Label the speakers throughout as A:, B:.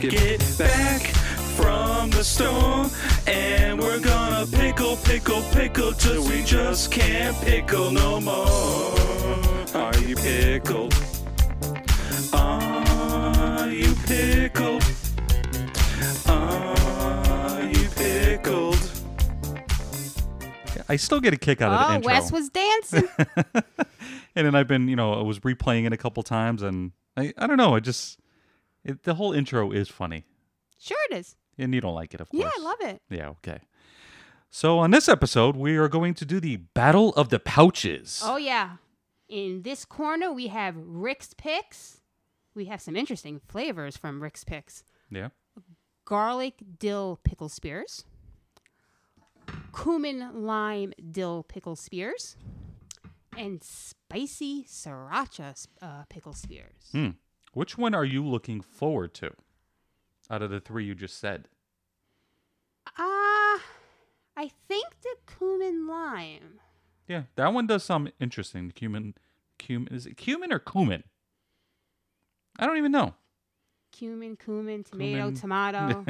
A: Get, back from the storm, and we're gonna pickle, pickle, pickle till we just can't pickle no more. Are you pickled? Are you pickled? Are you pickled?
B: I still get a kick out of the
C: Oh,
B: intro.
C: Wes was dancing.
B: and then I've been, you know, I was replaying it a couple times, and I, I don't know, I just, it, the whole intro is funny,
C: sure it is.
B: and you don't like it, of course.
C: Yeah, I love it.
B: Yeah, okay. So on this episode, we are going to do the Battle of the Pouches.
C: Oh yeah. In this corner we have Rick's Picks. We have some interesting flavors from Rick's Picks.
B: Yeah.
C: Garlic dill pickle spears. Cumin lime dill pickle spears. And spicy sriracha s- uh, pickle spears.
B: Hmm. Which one are you looking forward to out of the three you just said?
C: Ah, I think the cumin lime.
B: Yeah, that one does some interesting. Cumin, cumin is it cumin or cumin? I don't even know.
C: Cumin, cumin, tomato,
B: Cumin.
C: tomato.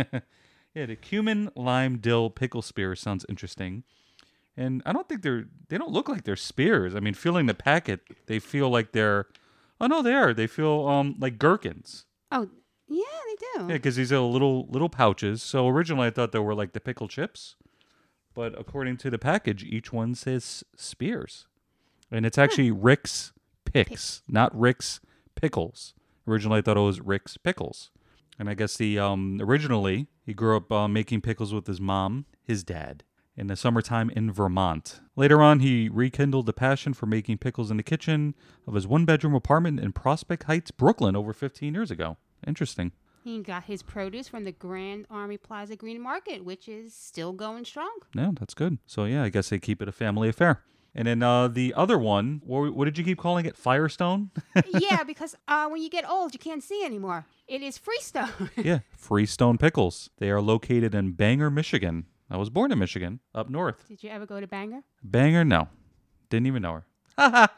B: yeah, the cumin, lime, dill, pickle spear sounds interesting. And I don't think they're they don't look like they're spears. I mean, feeling the packet, they feel like they're oh no, they are. They feel um like gherkins.
C: oh, yeah, they do.
B: Yeah, because these are little little pouches. So originally I thought they were like the pickle chips, but according to the package, each one says spears, and it's actually Rick's Picks, not Rick's Pickles. Originally I thought it was Rick's Pickles, and I guess the um originally he grew up uh, making pickles with his mom, his dad. In the summertime in Vermont. Later on, he rekindled the passion for making pickles in the kitchen of his one bedroom apartment in Prospect Heights, Brooklyn, over 15 years ago. Interesting.
C: He got his produce from the Grand Army Plaza Green Market, which is still going strong.
B: Yeah, that's good. So yeah, I guess they keep it a family affair. And then uh, the other one, what, what did you keep calling it? Firestone?
C: yeah, because uh, when you get old, you can't see anymore. It is freestone.
B: yeah, Freestone Pickles. They are located in Bangor, Michigan. I was born in Michigan, up north.
C: Did you ever go to Bangor?
B: Bangor, no, didn't even know her.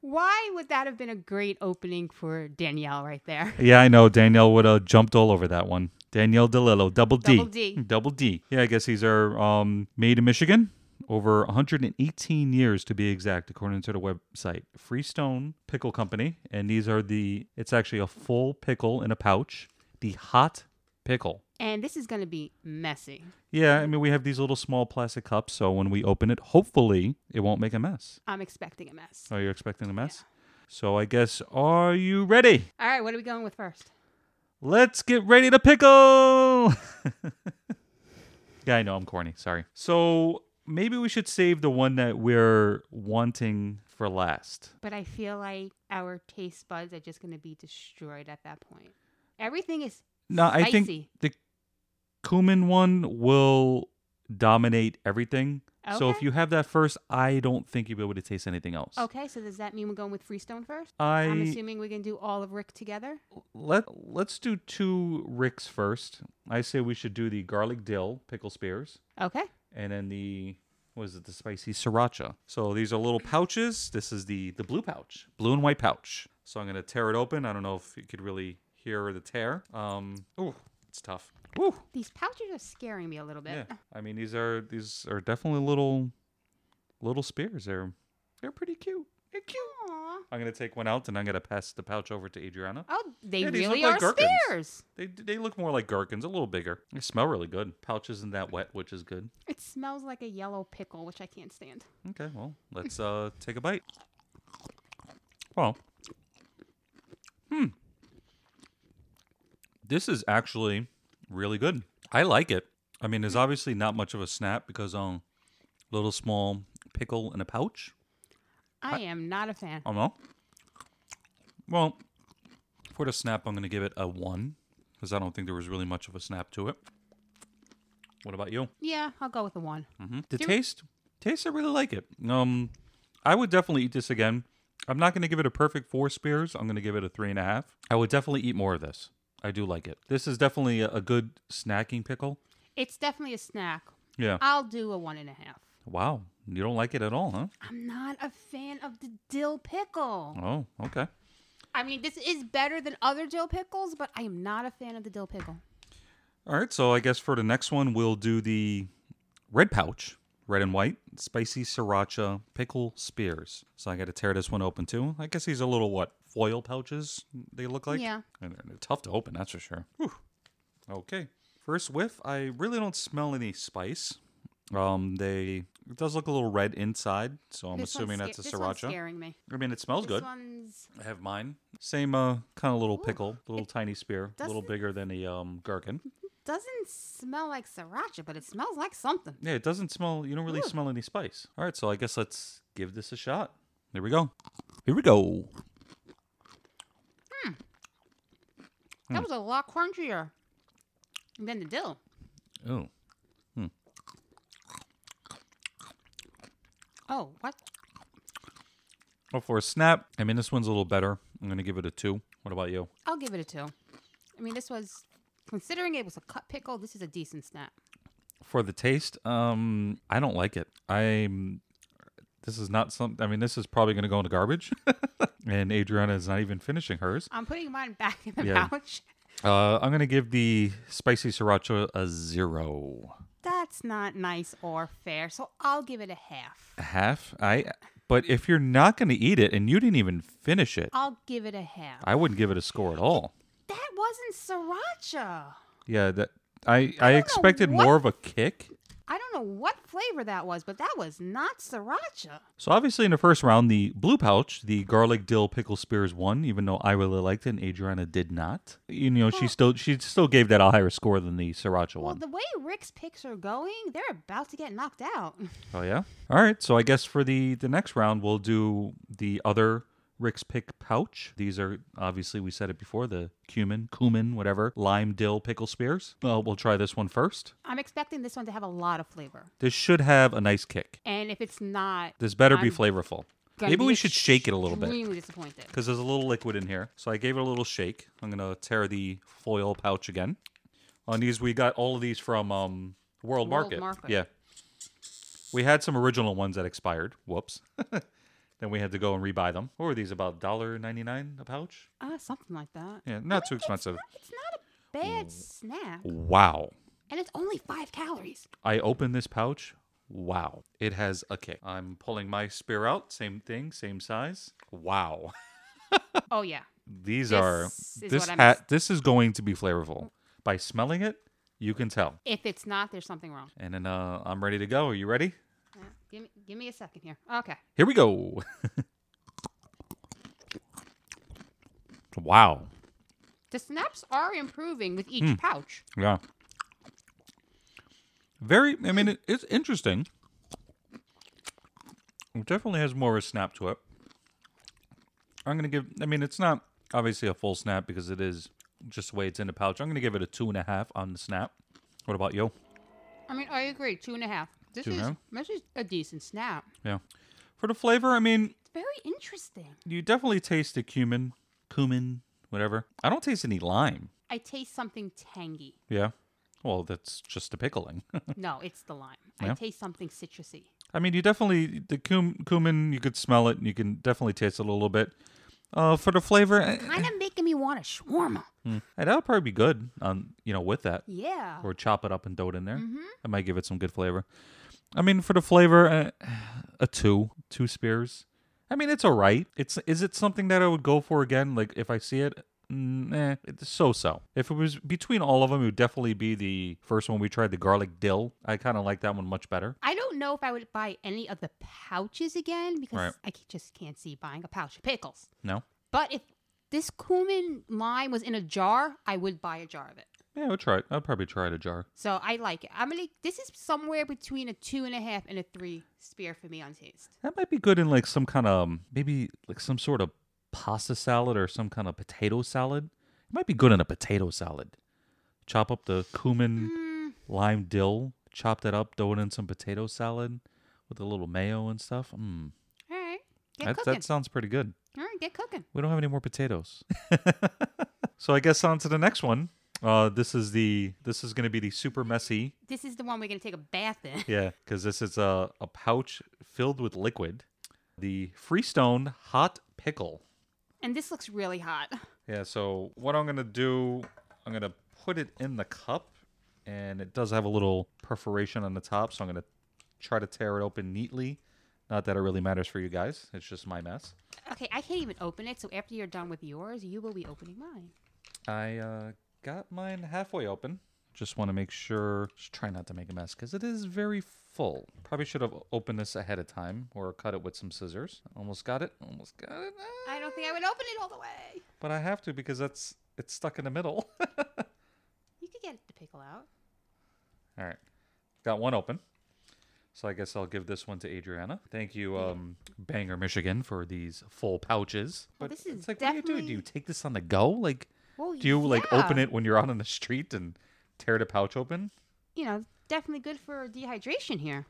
C: Why would that have been a great opening for Danielle right there?
B: Yeah, I know Danielle would have jumped all over that one. Danielle DeLillo, double D,
C: Double D.
B: double D. Yeah, I guess these are um, made in Michigan. Over 118 years to be exact, according to the website Freestone Pickle Company, and these are the. It's actually a full pickle in a pouch, the hot pickle.
C: And this is going to be messy.
B: Yeah, I mean we have these little small plastic cups, so when we open it, hopefully it won't make a mess.
C: I'm expecting a mess.
B: Are you expecting a mess? So I guess are you ready?
C: All right, what are we going with first?
B: Let's get ready to pickle. yeah, I know I'm corny. Sorry. So maybe we should save the one that we're wanting for last.
C: But I feel like our taste buds are just going to be destroyed at that point. Everything is
B: No, I think
C: Spicy.
B: the cumin one will dominate everything. So if
C: Okay.
B: you have that first, I don't think you'll be able to taste anything else.
C: okay. So does that mean we're going with freestone first?
B: I
C: I'm assuming we can do all of Rick together.
B: let let's do two ricks first. I say we should do the garlic dill pickle spears.
C: Okay.
B: and then the what is it the spicy sriracha so these are little pouches this is the the blue pouch blue and white pouch so i'm gonna tear it open i don't know if you could really hear the tear um oh it's tough Woo.
C: These pouches are scaring me a little
B: yeah
C: bit.
B: i mean these are these are definitely little little spears they're they're pretty cute they're cute
C: Aw.
B: i'm gonna take one out and i'm gonna pass the pouch over to adriana
C: Oh, they
B: Yeah, these look
C: really
B: like
C: are
B: gherkins.
C: spears.
B: they, they look more like gherkins a little bigger they smell really good pouch isn't that wet which is good
C: It smells like a yellow pickle, which I can't stand.
B: Okay, well, let's uh take a bite. Well, hmm. This is actually really good. I like it. I mean, there's obviously not much of a snap because um little small pickle in a pouch.
C: I am not a fan.
B: I Oh. don't know. Well, for the snap, I'm going to give it a 1 cuz I don't think there was really much of a snap to it. What about you?
C: Yeah, I'll go with the one.
B: The taste, taste, I really like it. Um, I would definitely eat this again. I'm not going to give it a perfect four spears. I'm going to give it a three and a half. I would definitely eat more of this. I do like it. This is definitely a, a good snacking pickle.
C: It's definitely a snack.
B: Yeah.
C: I'll do a one and a half.
B: Wow. You don't like it at all, huh?
C: I'm not a fan of the dill pickle.
B: Oh, okay.
C: I mean, this is better than other dill pickles, but I am not a fan of the dill pickle.
B: All right, so I guess for the next one, we'll do the red pouch, red and white, spicy sriracha pickle spears. So I got to tear this one open too. I guess these are little what foil pouches they look like.
C: Yeah.
B: and they're, they're tough to open, that's for sure. Whew. Okay, first whiff. I really don't smell any spice. Um, they it does look a little red inside, so I'm
C: This one's
B: assuming that's
C: sca-
B: a
C: this one's
B: sriracha.
C: scaring me.
B: I mean, it smells
C: This
B: good.
C: one's
B: I have mine. Same uh, kind of little pickle, little tiny spear, a little
C: doesn't-
B: bigger than a um, gherkin.
C: doesn't smell like sriracha, but it smells like something.
B: Yeah, it doesn't smell. You don't really smell any spice. All right, so I guess let's give this a shot. There we go. Here we go. Hmm.
C: That was a lot crunchier than the dill.
B: Oh,
C: Oh, what?
B: well, Oh, for a snap, I mean, this one's a little better. I'm gonna give it a two. What about you?
C: I'll give it a two. I mean, this was considering it was a cut pickle. This is a decent snap.
B: For the taste, um, I don't like it. I'm. This is not something. I mean, this is probably gonna go into garbage. and Adriana is not even finishing hers.
C: I'm putting mine back in the
B: Yeah.
C: pouch.
B: Uh, I'm gonna give the spicy sriracha a zero.
C: That's not nice or fair. So I'll give it a half.
B: A half. I. But if you're not gonna eat it, and you didn't even finish it.
C: I'll give it a half.
B: I wouldn't give it a score at all.
C: that wasn't sriracha.
B: Yeah, that I I,
C: know
B: expected
C: what-
B: more of a kick.
C: I don't know what flavor that was, but that was not sriracha.
B: So obviously in the first round, the blue pouch, the garlic dill pickle spears won, even though I really liked it and Adriana did not. You know, she still she still gave that a higher score than the sriracha
C: Well,
B: one.
C: the way Rick's picks are going, they're about to get knocked out.
B: Oh yeah. All right. So I guess for the the next round, we'll do the other Rick's pick pouch. These are obviously we said it before the cumin, cumin, whatever, lime dill pickle spears. Well, we'll try this one first.
C: I'm expecting this one to have a lot of flavor.
B: This should have a nice kick.
C: And if it's not,
B: This better be
C: I'm
B: flavorful.
C: gonna
B: Maybe
C: be
B: we should shake it a little bit
C: Extremely disappointed.
B: because there's a little liquid in here. So I gave it a little shake. I'm gonna tear the foil pouch again. On these, we got all of these from um, World,
C: World
B: Market.
C: Market.
B: Yeah, we had some original ones that expired. Whoops. then we had to go and rebuy them. What were these about? Dollar ninety nine a pouch?
C: Uh, something like that.
B: Yeah, not too expensive.
C: It's not a
B: Mm.
C: bad snack,
B: Wow.
C: and it's only five calories.
B: I open this pouch. Wow. It has a kick. I'm pulling my spear out. Same thing, same size. Wow.
C: Oh yeah,
B: These
C: This
B: are
C: is
B: this
C: what I'm
B: hat. This is going to be flavorful. By smelling it, you can tell.
C: if it's not, there's something wrong.
B: And then uh, I'm ready to go. Are you ready?
C: Uh, give me, give me a second here. Okay,
B: Here we go. wow.
C: the snaps are improving with
B: Hmm.
C: each pouch.
B: Yeah. Very. I mean, it, it's interesting. It definitely has more of a snap to it. I'm gonna give. I mean, it's not obviously a full snap because it is just the way it's in the pouch. I'm gonna give it a two and a half on the snap. What about you?
C: I mean, I agree. Two and a half. This
B: Two and
C: is
B: a half?
C: this is a decent snap.
B: Yeah. For the flavor, I mean,
C: It's very interesting.
B: you definitely taste the cumin, cumin, whatever. I don't taste any lime.
C: I taste something tangy.
B: Yeah. Well, that's just the pickling.
C: No, it's the lime.
B: Yeah.
C: I taste something citrusy.
B: I mean, you definitely the cum, cumin. You could smell it. and You can definitely taste it a little bit. Uh, for the flavor, eh,
C: Kind of making me want a shawarma.
B: eh, that'll probably be good. On you know, with that,
C: Yeah.
B: or chop it up and throw it in there. That might give it some good flavor. I mean, for the flavor, eh, a two, two spears. I mean, it's all right. It's is it something that I would go for again? Like if I see it, mm, eh, it's so so. If it was between all of them, it would definitely be the first one we tried, the garlic dill. I kind of like that one much better.
C: I don't know if I would buy any of the pouches again because
B: Right.
C: I c- just can't see buying a pouch of pickles.
B: No,
C: But if this cumin lime was in a jar, I would buy a jar of it.
B: yeah, I would try it. I'd probably try it a jar.
C: So I like it. I'm gonna. This is somewhere between a two and a half and a three spear for me on taste.
B: That might be good in like some kind of um, maybe like some sort of pasta salad or some kind of potato salad. It might be good in a potato salad. Chop up the cumin, lime, dill, chop that up, throw it in some potato salad with a little mayo and stuff. Mm,
C: All right, get
B: that,
C: cooking.
B: that sounds pretty good.
C: All right, get cooking.
B: We don't have any more potatoes. so I guess on to the next one. Uh, this is the this is going to be the super messy
C: This is the one we're gonna take a bath in.
B: Yeah, because this is a, a pouch filled with liquid. The Freestone Hot Pickle.
C: And this looks really hot.
B: Yeah, so what I'm going to do, I'm going to put it in the cup, and it does have a little perforation on the top, so I'm going to try to tear it open neatly. Not that it really matters for you guys, it's just my mess.
C: Okay, I can't even open it, so after you're done with yours, you will be opening mine.
B: I uh, got mine halfway open. Just want to make sure, just try not to make a mess because it is very full. Probably should have opened this ahead of time or cut it with some scissors. Almost got it, almost got it. Ah,
C: I don't think I would open it all the way.
B: But I have to because that's it's stuck in the middle.
C: You could get the pickle out.
B: All right. Got one open. So I guess I'll give this one to Adriana. Thank you, um, Banger Michigan, for these full pouches.
C: Well, this is
B: it's like, what do you do? Do
C: definitely-
B: you take this on the go? Like,
C: Well,
B: do you like
C: yeah.
B: open it when you're out on the street and tear the pouch open?
C: You know, definitely good for dehydration here.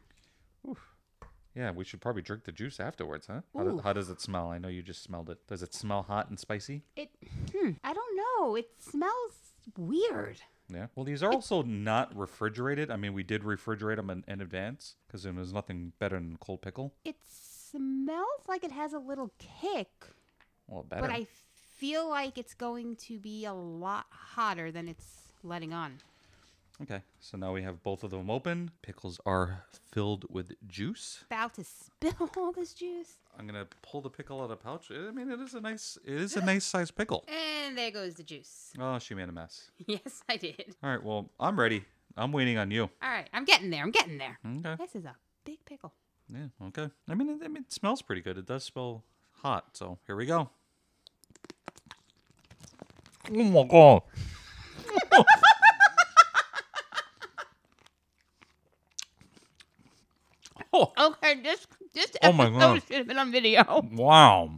B: Yeah, we should probably drink the juice afterwards, huh? How, do-
C: Ooh.
B: how does it smell? I know you just smelled it. Does it smell hot and spicy?
C: It, hmm, I don't know. It smells weird.
B: Yeah. Well, these are also not refrigerated. I mean, we did refrigerate them in, in advance because there's nothing better than cold pickle.
C: It smells like it has a little kick,
B: Well, better.
C: but I feel like it's going to be a lot hotter than it's letting on.
B: Okay, so now we have both of them open. Pickles are filled with juice.
C: About to spill all this juice.
B: I'm gonna pull the pickle out of the pouch. I mean, it is a nice, it is a nice sized pickle.
C: And there goes the juice.
B: Oh, she made a mess.
C: Yes, I did.
B: All right, well, I'm ready. I'm waiting on you.
C: All right, I'm getting there. I'm getting there.
B: Okay.
C: This is a big pickle.
B: Yeah. Okay. I mean, it, I mean, it smells pretty good. It does smell hot. So here we go. Oh my god. oh
C: Okay, this this
B: Oh my God.
C: should have been on video.
B: Wow.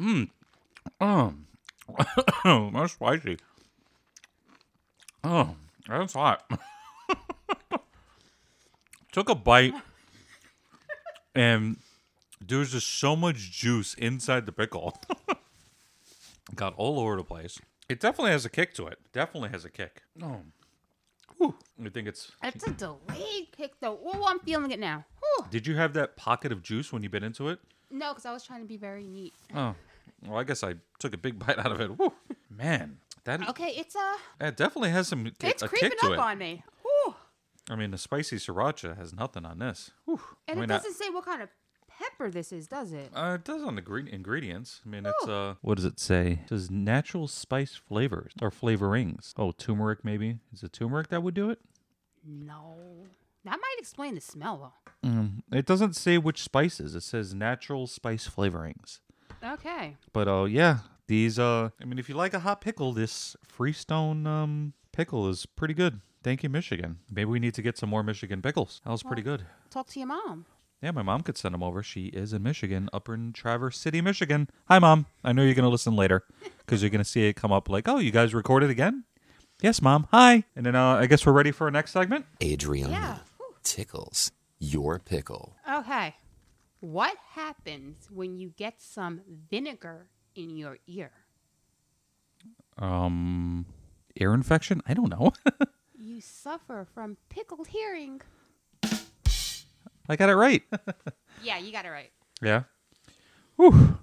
B: Mmm. Um. that's spicy. Oh, that's hot. Took a bite, and there's just so much juice inside the pickle. Got all over the place. It definitely has a kick to it. Definitely has a kick. Oh. Whew. I think it's.
C: That's a delayed pick though. Oh, I'm feeling it now. Whew.
B: Did you have that pocket of juice when you bit into it?
C: No, because I was trying to be very neat.
B: Oh, well, I guess I took a big bite out of it. Woo. Man, that
C: Okay, it's uh,
B: that definitely has some ki-
C: it's
B: a
C: creeping
B: kick to
C: up
B: it.
C: on me. Whew.
B: I mean, the spicy sriracha has nothing on this. Whew.
C: And
B: I
C: it
B: mean, I-
C: doesn't say what kind of pepper this is, does it?
B: uh, it does on the green ingredients. I mean, it's uh, what does it say? It says natural spice flavors or flavorings. Oh, turmeric maybe. Is it turmeric that would do it?
C: No. That might explain the smell
B: It doesn't say which spices. It says natural spice flavorings.
C: though. Okay.
B: But uh, yeah, these uh, I mean, if you like a hot pickle, this Freestone um pickle is pretty good. Thank you, Michigan. Maybe we need to get some more Michigan pickles. That was pretty good.
C: Talk to your mom.
B: Yeah, my mom could send them over. She is in Michigan, up in Traverse City, Michigan. Hi, mom. I know you're gonna listen later because you're gonna see it come up like, oh, you guys recorded again. Yes, mom. Hi. And then uh, I guess we're ready for our next segment.
D: Adriana
C: Yeah. Whew.
D: tickles your pickle.
C: Okay. What happens when you get some vinegar in your ear?
B: Um, ear infection. I don't know.
C: You suffer from pickled hearing.
B: I got it right.
C: Yeah, you got it right.
B: yeah. Whew.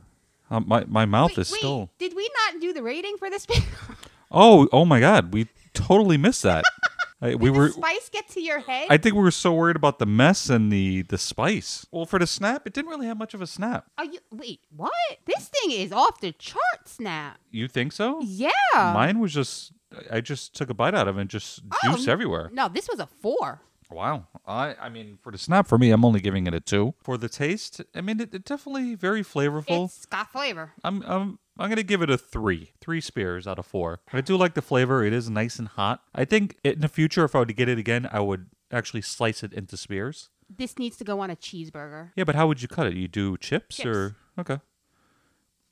B: Uh, my my mouth
C: Wait,
B: is still.
C: Did we not do the rating for this pickle?
B: Oh, oh my God, we totally missed that. I, we
C: Did
B: were.
C: the spice get to your head?
B: I think we were so worried about the mess and the the spice. Well, for the snap, it didn't really have much of a snap.
C: Are you wait, what? This thing is off the charts now.
B: You think so?
C: Yeah.
B: Mine was just. I just took a bite out of it and just
C: Oh,
B: juice everywhere.
C: No, this was a four.
B: Wow. I I mean, for the snap, for me, I'm only giving it a two. For the taste, I mean, it, it definitely very flavorful.
C: It's got flavor.
B: I'm I'm I'm gonna give it a three. Three spears out of four. I do like the flavor. It is nice and hot. I think in the future, if I were to get it again, I would actually slice it into spears.
C: This needs to go on a cheeseburger.
B: Yeah, but how would you cut it? You do chips,
C: Chips.
B: or okay.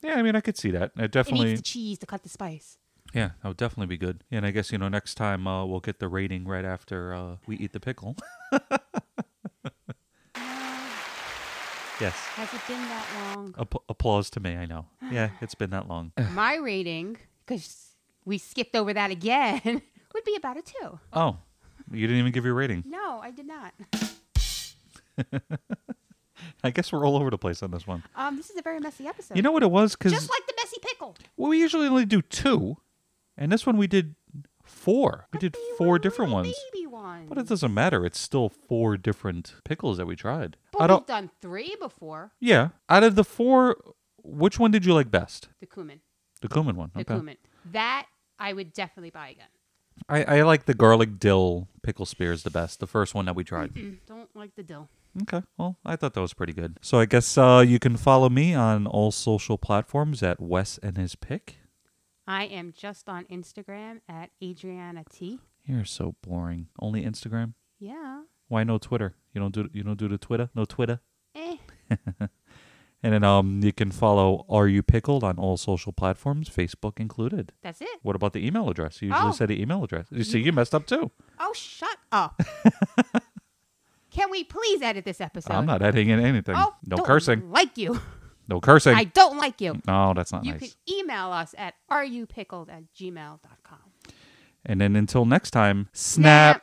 B: Yeah, I mean, I could see that. It
C: It needs
B: definitely,
C: the cheese to cut the spice.
B: yeah, that would definitely be good. And I guess you know next time uh, we'll get the rating right after uh, we eat the pickle. yes,
C: Has it been that long?
B: App- applause to me. I know. Yeah, it's been that long.
C: My rating, because we skipped over that again, would be about a two.
B: Oh, you didn't even give your rating.
C: No, I did not.
B: I guess we're all over the place on this one.
C: Um, this is a very messy episode.
B: You know what it was? Because
C: just like the messy pickle.
B: we usually only do two, and this one we did four. We did four different ones.
C: Baby one.
B: But it doesn't matter. It's still four different pickles that we tried.
C: But
B: I
C: we've
B: don't.
C: done three before.
B: Yeah. Out of the four, which one did you like best?
C: The cumin.
B: The cumin one.
C: The cumin. That I would definitely buy again.
B: I, I like the garlic dill pickle spears the best. The first one that we tried.
C: Don't like the dill.
B: Okay. Well, I thought that was pretty good. So I guess uh, you can follow me on all social platforms at Wes and his pick.
C: I am just on Instagram at Adriana T.
B: You're so boring. Only Instagram.
C: Yeah.
B: Why no Twitter? You don't do you don't do the Twitter. No Twitter.
C: Eh.
B: And then um you can follow Are You Pickled on all social platforms, Facebook included.
C: That's it.
B: What about the email address? You usually
C: Oh.
B: say the email address. You see, you messed up too.
C: Oh, shut up. Can we please edit this episode?
B: I'm not editing in anything.
C: Oh,
B: no
C: don't
B: cursing.
C: Like you.
B: No cursing.
C: I don't like you.
B: No, that's not
C: You
B: nice.
C: can email us at areyoupickled at gmail.com.
B: And then until next time, snap.